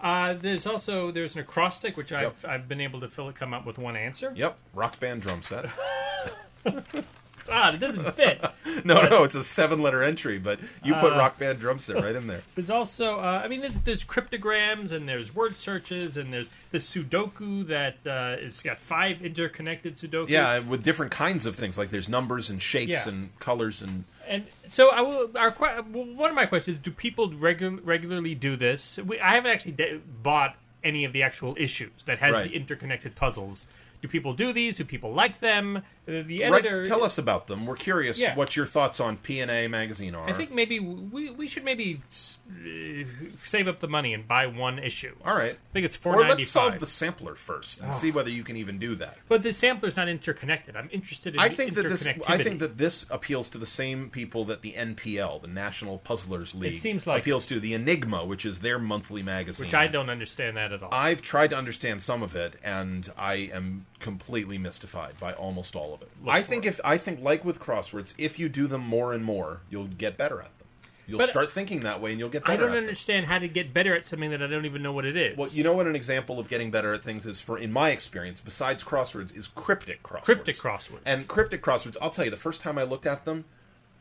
Speaker 2: Uh, there's also there's an acrostic which I've
Speaker 1: Yep.
Speaker 2: I've been able to fill it come up with one answer.
Speaker 1: Yep, rock band drum set.
Speaker 2: It's odd. It doesn't fit.
Speaker 1: No, no, it's a seven-letter entry, but you put
Speaker 2: Uh.
Speaker 1: rock band drum set right in there.
Speaker 2: There's also, uh, I mean, there's, there's cryptograms and there's word searches and there's the Sudoku that uh, it's got five interconnected Sudokus.
Speaker 1: Yeah, with different kinds of things. Like there's numbers and shapes
Speaker 2: Yeah.
Speaker 1: and colors and
Speaker 2: and so I will. Our que- well, one of my questions: Do people regu- regularly do this? We, I haven't actually de- bought any of the actual issues that has
Speaker 1: Right.
Speaker 2: the interconnected puzzles. Do people do these? Do people like them? The, the
Speaker 1: right.
Speaker 2: editor.
Speaker 1: Tell us about them. We're curious
Speaker 2: Yeah.
Speaker 1: what your thoughts on P and A magazine are.
Speaker 2: I think maybe we we should maybe s- uh, save up the money and buy one issue.
Speaker 1: All right.
Speaker 2: I think it's four
Speaker 1: Or
Speaker 2: ninety
Speaker 1: let's solve
Speaker 2: five.
Speaker 1: the sampler first
Speaker 2: Oh.
Speaker 1: and see whether you can even do that.
Speaker 2: But the sampler's not interconnected. I'm interested in
Speaker 1: I
Speaker 2: the
Speaker 1: think that this
Speaker 2: interconnectivity.
Speaker 1: I think that this appeals to the same people that the NPL, the National Puzzlers League,
Speaker 2: seems like-
Speaker 1: appeals to the Enigma, which is their monthly magazine.
Speaker 2: which I don't understand that at all.
Speaker 1: I've tried to understand some of it, and I am completely mystified by almost all of it. I think if I think like with crosswords, if you do them more and more, you'll get better at them. You'll
Speaker 2: But-
Speaker 1: start thinking that way, and you'll get better.
Speaker 2: I don't
Speaker 1: at them.
Speaker 2: understand how to get better at something that I don't even know what it is.
Speaker 1: Well, you know what? An example of getting better at things is, for in my experience, besides crosswords, is cryptic crosswords.
Speaker 2: Cryptic crosswords.
Speaker 1: And cryptic crosswords, I'll tell you, the first time I looked at them,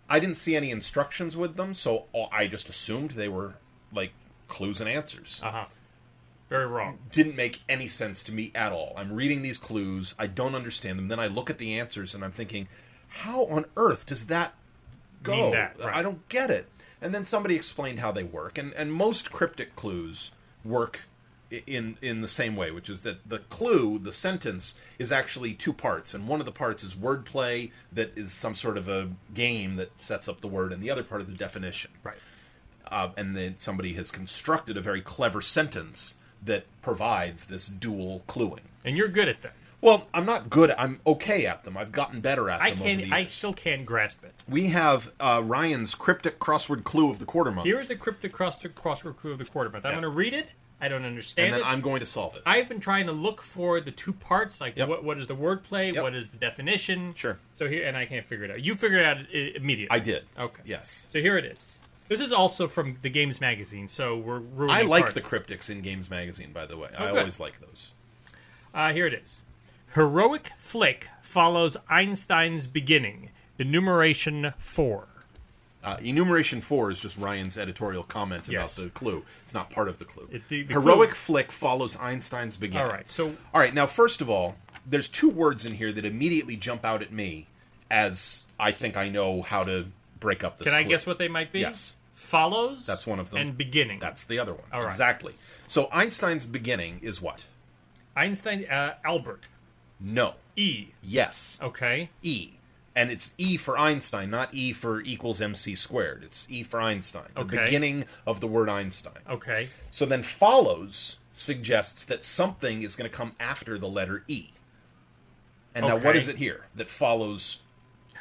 Speaker 1: I didn't see any instructions with them, so all- I just assumed they were like clues and answers.
Speaker 2: uh huh. Very wrong.
Speaker 1: didn't make any sense to me at all. I'm reading these clues, I don't understand them. Then I look at the answers and I'm thinking, how on earth does that go?
Speaker 2: Mean that, right.
Speaker 1: I don't get it. And then somebody explained how they work, and and most cryptic clues work i- in in the same way, which is that the clue, the sentence, is actually two parts, and one of the parts is wordplay that is some sort of a game that sets up the word, and the other part is a definition
Speaker 2: Right.
Speaker 1: uh, and then somebody has constructed a very clever sentence that provides this dual cluing.
Speaker 2: And you're good at that.
Speaker 1: Well, I'm not good. I'm okay at them. I've gotten better at
Speaker 2: I
Speaker 1: them. over
Speaker 2: can.
Speaker 1: the
Speaker 2: I
Speaker 1: years.
Speaker 2: still can't grasp it.
Speaker 1: We have uh, Ryan's cryptic crossword clue of the quarter month,
Speaker 2: Here is the cryptic crossword crossword clue of the quarter month. I'm
Speaker 1: Yeah.
Speaker 2: going to read it. I don't understand
Speaker 1: and then
Speaker 2: it.
Speaker 1: I'm going to solve it.
Speaker 2: I've been trying to look for the two parts, like
Speaker 1: Yep.
Speaker 2: what, what is the wordplay,
Speaker 1: Yep.
Speaker 2: what is the definition.
Speaker 1: Sure.
Speaker 2: So here, and I can't figure it out. You figured it out i- immediately.
Speaker 1: I did.
Speaker 2: Okay.
Speaker 1: Yes.
Speaker 2: So here it is. This is also from the Games Magazine, so we're ruining.
Speaker 1: I like
Speaker 2: part.
Speaker 1: the cryptics in Games Magazine, by the way. I
Speaker 2: good.
Speaker 1: always like those.
Speaker 2: Uh, here it is. Heroic Flick follows Einstein's beginning, the numeration four.
Speaker 1: Uh, enumeration four is just Ryan's editorial comment
Speaker 2: Yes.
Speaker 1: about the clue. It's not part of the clue.
Speaker 2: It- the- the
Speaker 1: Heroic
Speaker 2: clue-
Speaker 1: flick follows Einstein's beginning.
Speaker 2: All right, so-
Speaker 1: all right. Now, first of all, there's two words in here that immediately jump out at me as I think I know how to break up this.
Speaker 2: Can I
Speaker 1: clue.
Speaker 2: guess what they might be?
Speaker 1: Yes.
Speaker 2: Follows.
Speaker 1: That's one of them.
Speaker 2: And beginning.
Speaker 1: That's the other one.
Speaker 2: All right.
Speaker 1: Exactly. So Einstein's beginning is what?
Speaker 2: Einstein. Uh, Albert.
Speaker 1: No.
Speaker 2: E.
Speaker 1: Yes.
Speaker 2: Okay.
Speaker 1: E. and it's E for Einstein, not E for equals MC squared. It's E for Einstein, the
Speaker 2: Okay.
Speaker 1: beginning of the word Einstein.
Speaker 2: Okay.
Speaker 1: So then follows suggests that something is going to come after the letter E. And now what
Speaker 2: Okay.
Speaker 1: is it here that follows?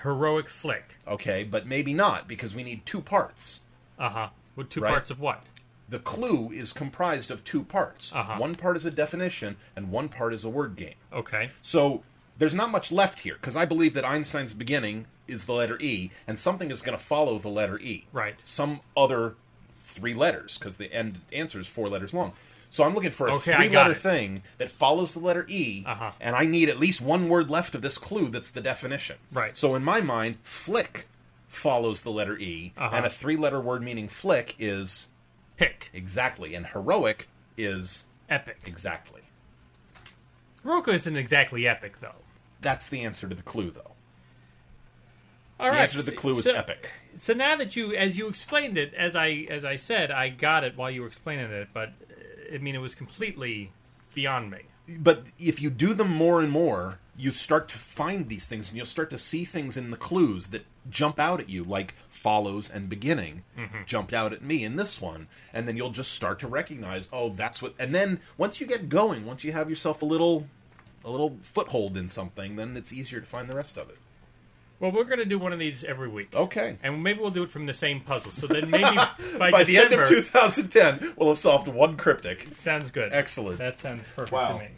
Speaker 2: Heroic flick.
Speaker 1: Okay, but maybe not because we need two parts.
Speaker 2: Uh huh. With two
Speaker 1: Right.
Speaker 2: parts of what?
Speaker 1: The clue is comprised of two parts.
Speaker 2: Uh-huh.
Speaker 1: One part is a definition and one part is a word game.
Speaker 2: Okay.
Speaker 1: So there's not much left here because I believe that Einstein's beginning is the letter E, and something is going to follow the letter E.
Speaker 2: Right.
Speaker 1: Some other three letters because the end answer is four letters long. So I'm looking for a
Speaker 2: Okay, I got
Speaker 1: three-letter
Speaker 2: it.
Speaker 1: thing that follows the letter E,
Speaker 2: Uh-huh.
Speaker 1: and I need at least one word left of this clue that's the definition.
Speaker 2: Right.
Speaker 1: So in my mind, flick follows the letter E,
Speaker 2: Uh-huh.
Speaker 1: and a three-letter word meaning flick is
Speaker 2: Pick.
Speaker 1: exactly, and heroic is
Speaker 2: Epic.
Speaker 1: exactly.
Speaker 2: Heroic isn't exactly epic though.
Speaker 1: That's the answer to the clue, though.
Speaker 2: All right.
Speaker 1: The answer to the
Speaker 2: so-
Speaker 1: clue is
Speaker 2: so-
Speaker 1: epic.
Speaker 2: So now that you, as you explained it, as I as I said, I got it while you were explaining it, but uh, I mean it was completely beyond me.
Speaker 1: but if you do them more and more, you start to find these things and you'll start to see things in the clues that jump out at you, like follows and beginning
Speaker 2: Mm-hmm.
Speaker 1: jumped out at me in this one. And then you'll just start to recognize, oh, that's what. And then once you get going, once you have yourself a little. A little foothold in something, then it's easier to find the rest of it.
Speaker 2: Well, we're going to do one of these every week.
Speaker 1: Okay.
Speaker 2: And maybe we'll do it from the same puzzle. So then maybe by,
Speaker 1: By the end
Speaker 2: December,
Speaker 1: of 2010, we'll have solved one cryptic.
Speaker 2: sounds good.
Speaker 1: Excellent.
Speaker 2: That sounds perfect
Speaker 1: Wow.
Speaker 2: to me.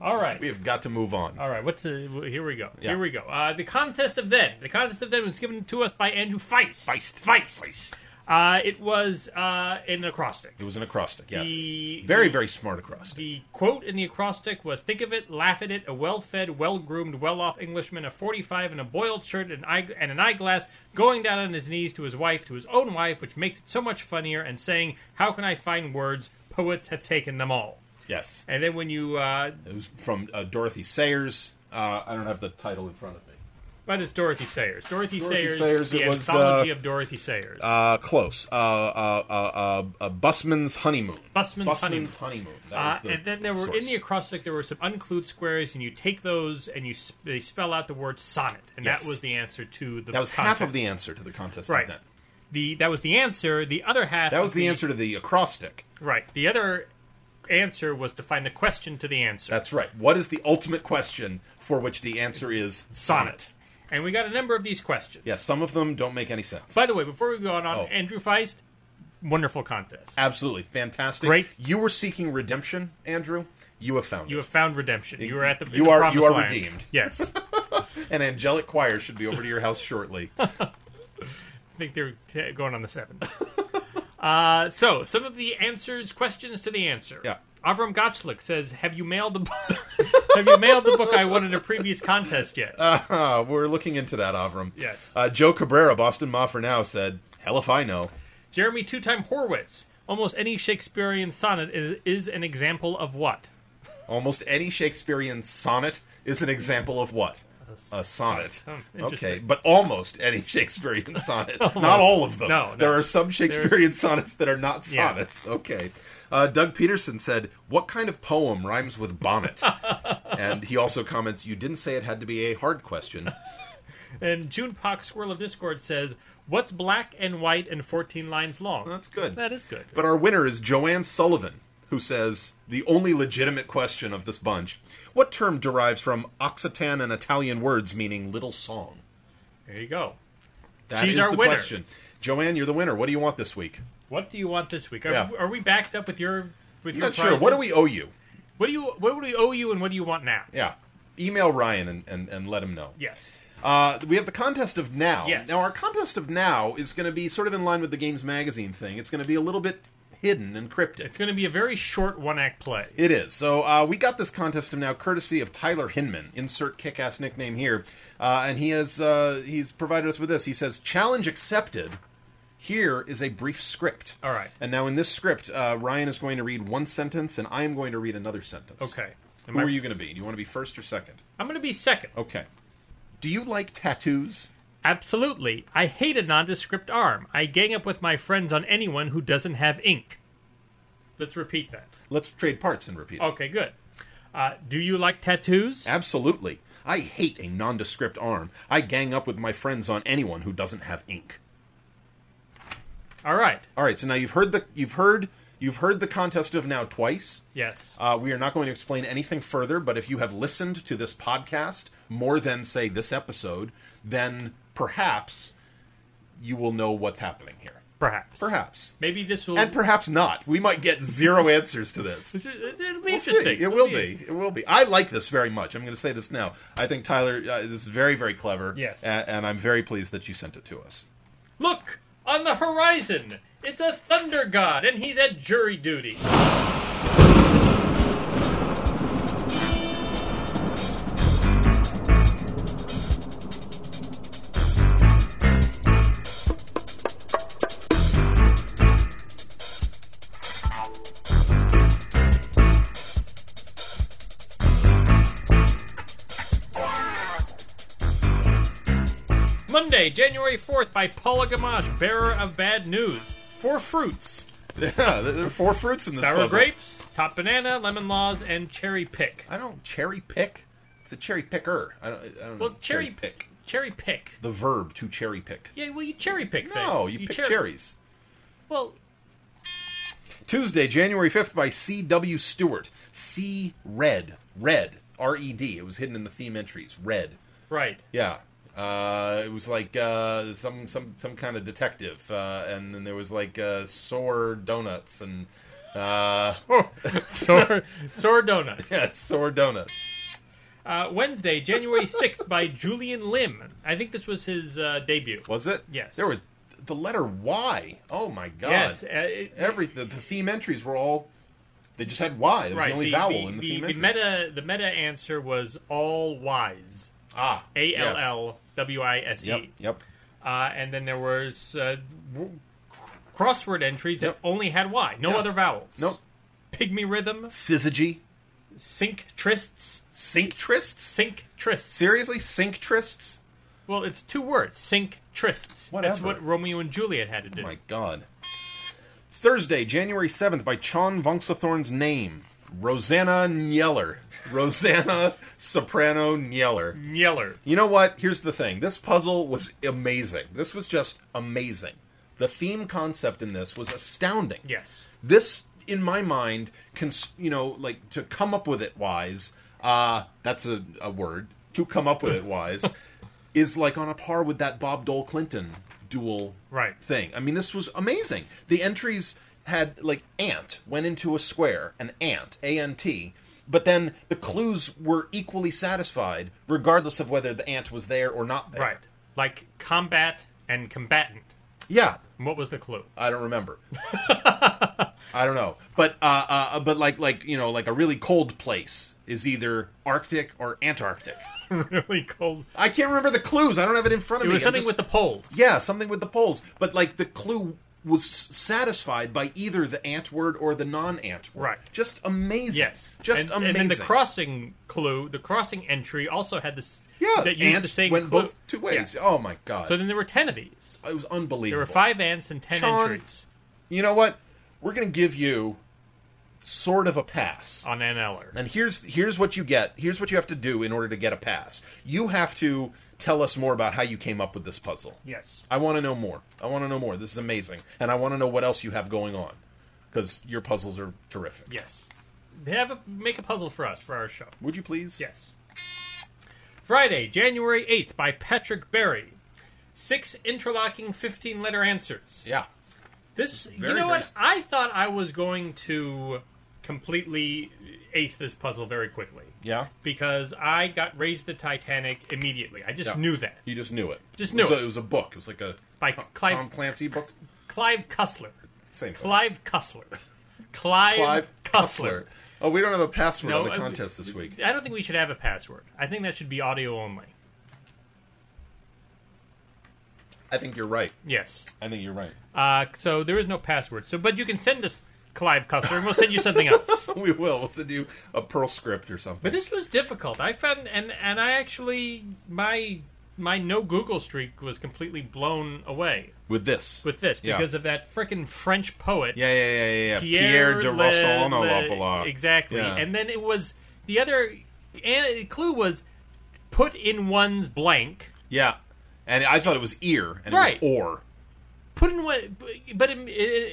Speaker 2: All right.
Speaker 1: We have got to move on.
Speaker 2: All right, what's the, here we go.
Speaker 1: Yeah.
Speaker 2: Here we go. Uh, the contest of then. The contest of then was given to us by Andrew Feist.
Speaker 1: Feist.
Speaker 2: Feist. Uh, it was uh, an acrostic.
Speaker 1: It was an acrostic, yes.
Speaker 2: The-
Speaker 1: very, very smart acrostic.
Speaker 2: The quote in the acrostic was Think of it, laugh at it, a well fed, well groomed, well off Englishman of 45 in a boiled shirt and, eye- and an eyeglass going down on his knees to his wife, to his own wife, which makes it so much funnier, and saying, How can I find words? Poets have taken them all.
Speaker 1: Yes.
Speaker 2: And then when you, uh,
Speaker 1: It was from uh, Dorothy Sayers. Uh, I don't have the title in front of me.
Speaker 2: what is Dorothy Sayers? Dorothy,
Speaker 1: Dorothy
Speaker 2: Sayers,
Speaker 1: Sayers,
Speaker 2: the
Speaker 1: it was,
Speaker 2: anthology of Dorothy Sayers.
Speaker 1: Uh, close. Uh, uh, uh, uh, uh, Busman's Honeymoon.
Speaker 2: Busman's Honeymoon.
Speaker 1: Honeymoon. That
Speaker 2: Uh,
Speaker 1: was the
Speaker 2: and then there were in
Speaker 1: source.
Speaker 2: the acrostic there were some unclued squares, and you take those and you s- they spell out the word sonnet, and
Speaker 1: Yes.
Speaker 2: that was the answer to the
Speaker 1: That was half of
Speaker 2: contest.
Speaker 1: the answer to the contest
Speaker 2: Right.
Speaker 1: event.
Speaker 2: the that was the answer. The other half
Speaker 1: That was
Speaker 2: of
Speaker 1: the answer to the acrostic.
Speaker 2: Right. The other answer was to find the question to the answer.
Speaker 1: That's right. What is the ultimate question for which the answer is sonnet?
Speaker 2: And we got a number of these questions.
Speaker 1: Yes, some of them don't make any sense.
Speaker 2: By the way, before we go on, on
Speaker 1: Oh.
Speaker 2: Andrew Feist, wonderful contest.
Speaker 1: Absolutely fantastic.
Speaker 2: Great.
Speaker 1: You were seeking redemption, Andrew. You have found
Speaker 2: You
Speaker 1: it.
Speaker 2: have found redemption. You are at the in
Speaker 1: You
Speaker 2: the
Speaker 1: are- you
Speaker 2: promised
Speaker 1: are
Speaker 2: land.
Speaker 1: redeemed.
Speaker 2: Yes. I
Speaker 1: An angelic choir should be over to your house shortly.
Speaker 2: think they're t- going on the seventh. Uh, so, some of the answers, questions to the answer.
Speaker 1: Yeah.
Speaker 2: Avram Gotchlik says, "Have you mailed the bu- Have you mailed the book I won in a previous contest yet?"
Speaker 1: Uh, we're looking into that, Avram.
Speaker 2: Yes.
Speaker 1: Uh, Joe Cabrera, Boston Ma for now, said, "Hell if I know."
Speaker 2: Jeremy two time Horwitz. Almost any Shakespearean sonnet is, is an example of what?
Speaker 1: Almost any Shakespearean sonnet is an example of what? A sonnet.
Speaker 2: sonnet. Hmm, interesting.
Speaker 1: okay, but almost any Shakespearean sonnet. Not all of them.
Speaker 2: No, no.
Speaker 1: There are some Shakespearean sonnets that are not
Speaker 2: Yeah.
Speaker 1: sonnets. Okay. Uh, Doug Peterson said, What kind of poem rhymes with bonnet? and he also comments, You didn't say it had to be a hard question.
Speaker 2: And June Pock Squirrel of Discord says, What's black and white and 14 lines long?
Speaker 1: That's good.
Speaker 2: That is good.
Speaker 1: But our winner is Joanne Sullivan, who says the only legitimate question of this bunch what term derives from Occitan and Italian words meaning little song?
Speaker 2: There you go.
Speaker 1: That
Speaker 2: She's
Speaker 1: is
Speaker 2: our
Speaker 1: the
Speaker 2: winner.
Speaker 1: question. Joanne, you're the winner. What do you want this week?
Speaker 2: What do you want this week? Are,
Speaker 1: Yeah.
Speaker 2: are we backed up with your with your
Speaker 1: Not sure. What do we
Speaker 2: prizes?
Speaker 1: owe you?
Speaker 2: What do you what do we owe you and what do you want now?
Speaker 1: Yeah. Email Ryan and, and, and let him know.
Speaker 2: Yes.
Speaker 1: Uh, we have the contest of now.
Speaker 2: Yes.
Speaker 1: Now, our contest of now is going to be sort of in line with the Games Magazine thing. It's going to be a little bit hidden and cryptic.
Speaker 2: It's going to be a very short one act play.
Speaker 1: It is. So uh, we got this contest now courtesy of Tyler Hinman. Insert kick-ass nickname here, uh, and he has uh, he's provided us with this. He says, "Challenge accepted." Here is a brief script.
Speaker 2: All right.
Speaker 1: And now in this script, uh, Ryan is going to read one sentence, and I am going to read another sentence.
Speaker 2: Okay. Am
Speaker 1: Who
Speaker 2: I-
Speaker 1: are you going to be? Do you want to be first or second?
Speaker 2: I'm going to be second.
Speaker 1: Okay. Do you like tattoos?
Speaker 2: Absolutely. I hate a nondescript arm. I gang up with my friends on anyone who doesn't have ink. Let's repeat that.
Speaker 1: Let's trade parts and repeat. it.
Speaker 2: Okay, good. Uh, do you like tattoos?
Speaker 1: Absolutely. I hate a nondescript arm. I gang up with my friends on anyone who doesn't have ink.
Speaker 2: All right.
Speaker 1: All right, so now you've heard the you've heard you've heard the contest of now twice.
Speaker 2: Yes.
Speaker 1: Uh, we are not going to explain anything further, but if you have listened to this podcast more than say this episode, then perhaps you will know what's happening here.
Speaker 2: Perhaps.
Speaker 1: Perhaps.
Speaker 2: Maybe this will.
Speaker 1: And perhaps not. We might get zero answers to this.
Speaker 2: It'll be
Speaker 1: We'll see.
Speaker 2: interesting.
Speaker 1: It
Speaker 2: It'll
Speaker 1: will be. It will be. I like this very much. I'm going to say this now. I think Tyler, uh, this is very, very clever.
Speaker 2: Yes.
Speaker 1: a- And, I'm very pleased that you sent it to us.
Speaker 2: Look on the horizon. It's a thunder god, and he's at jury duty. Monday, January 4th, by Paula Gamache, bearer of bad news. Four fruits
Speaker 1: Yeah, there there are four fruits in this
Speaker 2: sour
Speaker 1: puzzle.
Speaker 2: grapes, top banana, lemon laws, and cherry pick.
Speaker 1: I don't cherry pick. It's a cherry picker. I don't, I don't know.
Speaker 2: Well, cherry, pick. Cherry pick.
Speaker 1: The verb to cherry pick.
Speaker 2: Yeah, well, you cherry pick things.
Speaker 1: No, you, pick
Speaker 2: cherry-
Speaker 1: cherries.
Speaker 2: Well,
Speaker 1: Tuesday, January 5th by C.W. Stewart. C. Red. Red. R E D. It was hidden in the theme entries. Red.
Speaker 2: right.
Speaker 1: Yeah. Uh, it was like uh, some some some kind of detective, uh, and then there was like uh, sore donuts and uh,
Speaker 2: Sore, sore donuts.
Speaker 1: yeah, sore donuts.
Speaker 2: Uh, Wednesday, January 6th, by Julian Lim. I think this was his uh, debut.
Speaker 1: Was it?
Speaker 2: Yes.
Speaker 1: There were the letter Y. Oh my God.
Speaker 2: Yes. Uh, it-
Speaker 1: Every the, the theme entries were all. They just had Y. That was the only vowel in the, theme
Speaker 2: the,
Speaker 1: entries.
Speaker 2: meta the meta answer was all wise.
Speaker 1: ah.
Speaker 2: A L
Speaker 1: yes.
Speaker 2: L W I S E.
Speaker 1: Yep. Yep.
Speaker 2: Uh, and then there was uh, w- crossword entries that
Speaker 1: Yep.
Speaker 2: only had Y, no
Speaker 1: Yeah.
Speaker 2: other vowels.
Speaker 1: Nope.
Speaker 2: Pygmy rhythm,
Speaker 1: Syzygy.
Speaker 2: sync trists,
Speaker 1: Synctrists.
Speaker 2: sync trists.
Speaker 1: Seriously, synctrists.
Speaker 2: Well, it's two words, sync trists. That's
Speaker 1: Whatever. Oh
Speaker 2: what Romeo and Juliet had to do.
Speaker 1: My God. Thursday, January 7th, by Chon Vongsathorn's name. Rosanna Nieller. Rosanna Soprano Nieller.
Speaker 2: Yeller.
Speaker 1: You know what? Here's the thing. This puzzle was amazing. This was just amazing. The theme concept in this was astounding.
Speaker 2: Yes.
Speaker 1: This, in my mind, cons- you know, like to come up with it wise, uh, that's a, a word, to come up with it wise, is like on a par with that Bob Dole Clinton duel
Speaker 2: Right.
Speaker 1: thing. I mean, this was amazing. The entries had like ant went into a square, an ant, A N T, but then the clues were equally satisfied regardless of whether the ant was there or not there.
Speaker 2: Right. Like combat and combatant.
Speaker 1: Yeah.
Speaker 2: And What was the clue?
Speaker 1: I don't remember. I don't know, but uh, uh, but like like you know like a really cold place is either Arctic or Antarctic.
Speaker 2: really cold.
Speaker 1: I can't remember the clues. I don't have it in front of
Speaker 2: It
Speaker 1: me.
Speaker 2: was
Speaker 1: I'm
Speaker 2: something
Speaker 1: just-
Speaker 2: with the poles.
Speaker 1: Yeah, something with the poles. But like the clue was s- satisfied by either the ant word or the non-ant word.
Speaker 2: Right.
Speaker 1: Just amazing.
Speaker 2: Yes.
Speaker 1: Just
Speaker 2: and,
Speaker 1: amazing.
Speaker 2: And then the crossing clue, the crossing entry also had this.
Speaker 1: yeah,
Speaker 2: That used
Speaker 1: ant
Speaker 2: the same
Speaker 1: went
Speaker 2: clue.
Speaker 1: both two ways.
Speaker 2: Yeah.
Speaker 1: Oh my god.
Speaker 2: So then there were ten of these.
Speaker 1: it was unbelievable.
Speaker 2: There were five ants and ten
Speaker 1: Sean-
Speaker 2: entries
Speaker 1: You know what? We're going to give you sort of a pass.
Speaker 2: on Ann Eller.
Speaker 1: And here's here's what you get. Here's what you have to do in order to get a pass. You have to tell us more about how you came up with this puzzle.
Speaker 2: Yes.
Speaker 1: I want to know more. I want to know more. This is amazing, and I want to know what else you have going on because your puzzles are terrific.
Speaker 2: Yes. They have a, make a puzzle for us for our show.
Speaker 1: Would you please?
Speaker 2: Yes. Friday, January 8th by Patrick Berry. Six interlocking 15 letter answers.
Speaker 1: Yeah.
Speaker 2: This
Speaker 1: Very,
Speaker 2: you
Speaker 1: very
Speaker 2: know what?
Speaker 1: s-
Speaker 2: I thought I was going to completely ace this puzzle very quickly.
Speaker 1: Yeah.
Speaker 2: Because I got raised the Titanic immediately. I just
Speaker 1: Yeah.
Speaker 2: knew that.
Speaker 1: You just knew it.
Speaker 2: Just knew
Speaker 1: it. Was
Speaker 2: it.
Speaker 1: A, it was a book. It was like a
Speaker 2: By
Speaker 1: Tom,
Speaker 2: Clive-
Speaker 1: Tom Clancy book.
Speaker 2: Clive Cussler.
Speaker 1: Same thing.
Speaker 2: Clive Cussler. Clive,
Speaker 1: Clive
Speaker 2: Cussler.
Speaker 1: Oh, we don't have a password
Speaker 2: No,
Speaker 1: on the
Speaker 2: I-
Speaker 1: contest this week.
Speaker 2: I don't think we should have a password. I think that should be audio only.
Speaker 1: I think you're right.
Speaker 2: Yes.
Speaker 1: I think you're right.
Speaker 2: Uh, so there is no password. So, but you can send us Clive Cussler, and we'll send you something else.
Speaker 1: we will. We'll send you a Perl script or something.
Speaker 2: But this was difficult. I found, and and I actually my my no Google streak was completely blown away
Speaker 1: with this.
Speaker 2: with this
Speaker 1: Yeah.
Speaker 2: because of that frickin' French poet
Speaker 1: Yeah, yeah, yeah, yeah. yeah. Pierre, de
Speaker 2: Le-
Speaker 1: Rossano
Speaker 2: Le-
Speaker 1: Lopala.
Speaker 2: Exactly.
Speaker 1: Yeah.
Speaker 2: And then it was the other an- clue was put in one's blank.
Speaker 1: Yeah. And I thought it was ear and
Speaker 2: Right.
Speaker 1: it was or.
Speaker 2: Put in one, but in, in,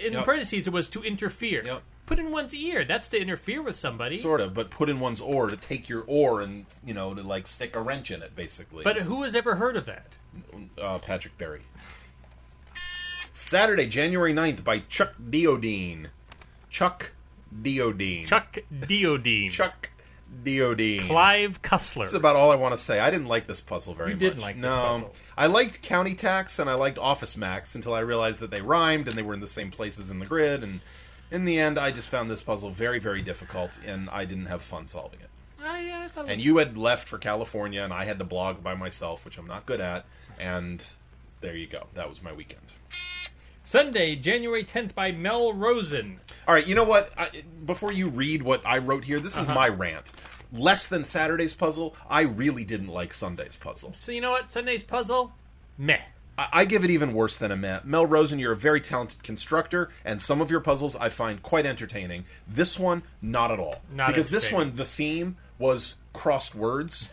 Speaker 2: in
Speaker 1: Yep.
Speaker 2: parentheses it was to interfere.
Speaker 1: Yep.
Speaker 2: Put in one's ear. That's to interfere with somebody.
Speaker 1: Sort of, but put in one's oar to take your oar and you know to like stick a wrench in it, basically.
Speaker 2: but who has ever heard of that?
Speaker 1: uh, Patrick Berry. Saturday, January 9th by Chuck Diodine. Chuck Diodine.
Speaker 2: Chuck Diodine.
Speaker 1: Chuck Diodine.
Speaker 2: Clive Cussler.
Speaker 1: That's about all I want to say. I didn't like this puzzle very
Speaker 2: You
Speaker 1: much.
Speaker 2: didn't like this
Speaker 1: no,
Speaker 2: puzzle.
Speaker 1: I liked County Tax and I liked Office Max until I realized that they rhymed and they were in the same places in the grid. And in the end, I just found this puzzle very, very difficult, and I didn't have fun solving it.
Speaker 2: I, I thought it was-
Speaker 1: And you had left for California, and I had to blog by myself, which I'm not good at. And there you go. That was my weekend.
Speaker 2: Sunday, January 10th by Mel Rosen.
Speaker 1: All right, you know what? I, before you read what I wrote here, this is
Speaker 2: Uh-huh.
Speaker 1: my rant. Less than Saturday's puzzle, I really didn't like Sunday's puzzle.
Speaker 2: So you know what? Sunday's puzzle? Meh.
Speaker 1: I, I give it even worse than a Mel. Mel Rosen, you're a very talented constructor, and some of your puzzles I find quite entertaining. This one, not at all.
Speaker 2: Not
Speaker 1: because this
Speaker 2: entertaining.
Speaker 1: one, the theme was crossed words.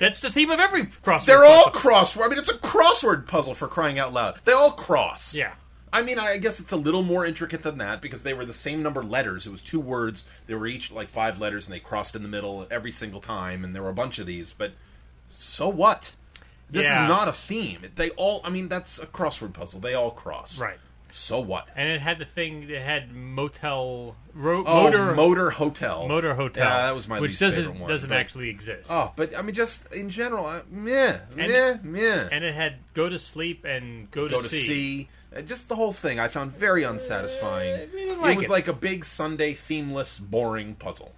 Speaker 2: That's the theme of every crossword.
Speaker 1: They're
Speaker 2: puzzle.
Speaker 1: all crossword. I mean, it's a crossword puzzle for crying out loud. They all cross.
Speaker 2: Yeah.
Speaker 1: I mean, I guess it's a little more intricate than that because they were the same number of letters. It was two words. They were each like five letters, and they crossed in the middle every single time. And there were a bunch of these, but so what? This
Speaker 2: Yeah.
Speaker 1: is not a theme. They all. I mean, that's a crossword puzzle. They all cross.
Speaker 2: Right.
Speaker 1: So what?
Speaker 2: And it had the thing that had motel ro-
Speaker 1: Oh,
Speaker 2: motor
Speaker 1: motor, hotel.
Speaker 2: motor hotel.
Speaker 1: Yeah, that was my
Speaker 2: which
Speaker 1: least
Speaker 2: doesn't
Speaker 1: favorite one.
Speaker 2: doesn't
Speaker 1: but-
Speaker 2: actually exist.
Speaker 1: Oh, but I mean, just in general, uh, meh, meh, meh.
Speaker 2: And it had go to sleep and go to,
Speaker 1: go to
Speaker 2: sea.
Speaker 1: sea. Uh, Just the whole thing I found very unsatisfying.
Speaker 2: Uh, we didn't like
Speaker 1: it was
Speaker 2: it.
Speaker 1: like a big Sunday themeless, boring puzzle.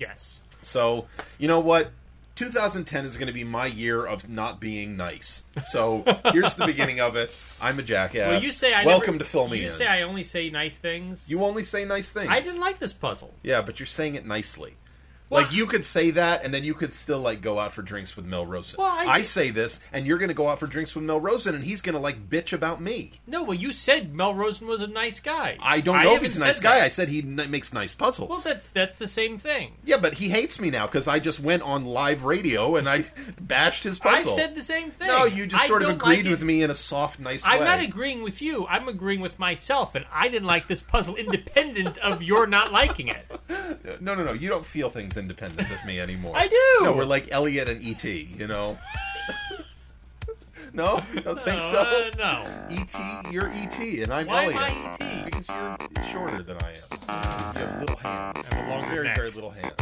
Speaker 2: Yes.
Speaker 1: So, you know what? 2010 is going to be my year of not being nice. So here's the beginning of it. I'm a jackass.
Speaker 2: Well, you say I
Speaker 1: welcome
Speaker 2: never-
Speaker 1: to fill me
Speaker 2: You
Speaker 1: in.
Speaker 2: say I only say nice things.
Speaker 1: you only say nice things.
Speaker 2: I didn't like this puzzle.
Speaker 1: Yeah, but you're saying it nicely.
Speaker 2: Well,
Speaker 1: like you could say that, and then you could still like go out for drinks with Mel Rosen.
Speaker 2: Well, I-
Speaker 1: say this, and you're going to go out for drinks with Mel Rosen, and he's going to like bitch about me.
Speaker 2: No, well, you said Mel Rosen was a nice guy.
Speaker 1: I don't know if
Speaker 2: haven't
Speaker 1: he's a nice
Speaker 2: said
Speaker 1: guy.
Speaker 2: that.
Speaker 1: I said he n- makes nice puzzles.
Speaker 2: Well, that's that's the same thing.
Speaker 1: yeah, but he hates me now because I just went on live radio and I bashed his puzzle.
Speaker 2: I said the same thing.
Speaker 1: No, you just
Speaker 2: I
Speaker 1: sort of
Speaker 2: don't
Speaker 1: agreed
Speaker 2: like it.
Speaker 1: with me in a soft, nice
Speaker 2: I'm
Speaker 1: way.
Speaker 2: not agreeing with you. I'm agreeing with myself, and I didn't like this puzzle independent of your not liking it.
Speaker 1: no, no, no. You don't feel things independent of me anymore.
Speaker 2: I do.
Speaker 1: No, we're like Elliot and E.T., you know? no? Don't think
Speaker 2: No,
Speaker 1: so?
Speaker 2: uh, no.
Speaker 1: E.T., you're E.T., and I'm
Speaker 2: Why am
Speaker 1: Elliot.
Speaker 2: I ET?
Speaker 1: Because you're shorter than I am. You have little hands.
Speaker 2: I have a longer
Speaker 1: very,
Speaker 2: neck.
Speaker 1: very little hands.